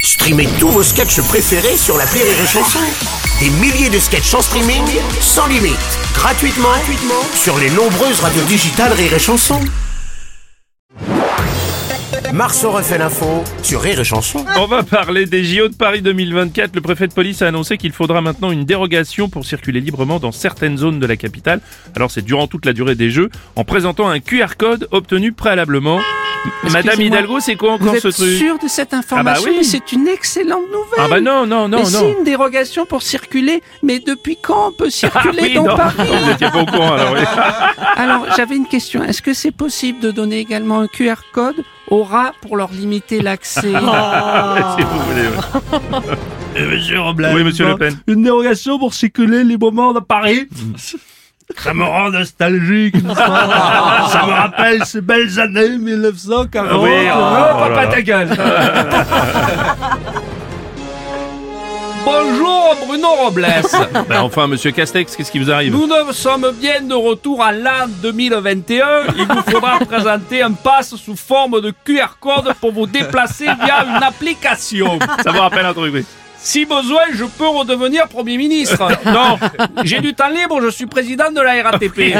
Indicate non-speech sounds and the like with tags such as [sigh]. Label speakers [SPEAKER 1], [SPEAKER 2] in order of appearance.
[SPEAKER 1] Streamez tous vos sketchs préférés sur la Rire et Chanson. Des milliers de sketchs en streaming, sans limite, gratuitement, gratuitement sur les nombreuses radios digitales Rire et Chanson. Marceau refait l'info sur Rire et Chanson.
[SPEAKER 2] On va parler des JO de Paris 2024. Le préfet de police a annoncé qu'il faudra maintenant une dérogation pour circuler librement dans certaines zones de la capitale. Alors c'est durant toute la durée des Jeux, en présentant un QR code obtenu préalablement. Madame
[SPEAKER 3] Excusez-moi.
[SPEAKER 2] Hidalgo, c'est quoi
[SPEAKER 3] Vous
[SPEAKER 2] encore
[SPEAKER 3] êtes
[SPEAKER 2] ce truc
[SPEAKER 3] sûr de cette information
[SPEAKER 2] Ah bah oui.
[SPEAKER 3] Mais c'est une excellente nouvelle.
[SPEAKER 2] Ah bah non, non, non,
[SPEAKER 3] mais
[SPEAKER 2] non.
[SPEAKER 3] c'est une dérogation pour circuler. Mais depuis quand on peut
[SPEAKER 2] Ah
[SPEAKER 3] circuler
[SPEAKER 2] oui,
[SPEAKER 3] dans
[SPEAKER 2] non,
[SPEAKER 3] Paris
[SPEAKER 2] [laughs] vous étiez pas au courant alors
[SPEAKER 3] [laughs]
[SPEAKER 2] oui.
[SPEAKER 3] Alors, j'avais une question. Est-ce que c'est possible de donner également un QR code aux rats pour leur limiter
[SPEAKER 2] [laughs]
[SPEAKER 3] l'accès
[SPEAKER 2] Ah. Si vous voulez, oui.
[SPEAKER 4] [laughs] Monsieur Robles.
[SPEAKER 2] Oui, monsieur Le Pen.
[SPEAKER 4] Une dérogation pour circuler les moments de Paris. Ça me rend nostalgique. ça me rappelle ces belles années 1940.
[SPEAKER 2] Ah oui, oh,
[SPEAKER 4] Ah,
[SPEAKER 2] oh là
[SPEAKER 4] papa
[SPEAKER 2] là.
[SPEAKER 4] ta gueule.
[SPEAKER 5] Bonjour Bruno Robles
[SPEAKER 2] Ben enfin, monsieur Castex, qu'est-ce qui vous arrive
[SPEAKER 5] Nous ne sommes bien de retour à l'an 2021. Il vous faudra présenter un pass sous forme de QR code pour vous déplacer via une application.
[SPEAKER 2] [laughs] Ça vous rappelle un truc, oui.
[SPEAKER 5] Si besoin, je peux redevenir Premier ministre. Non, j'ai du temps libre, je suis président de la RATP.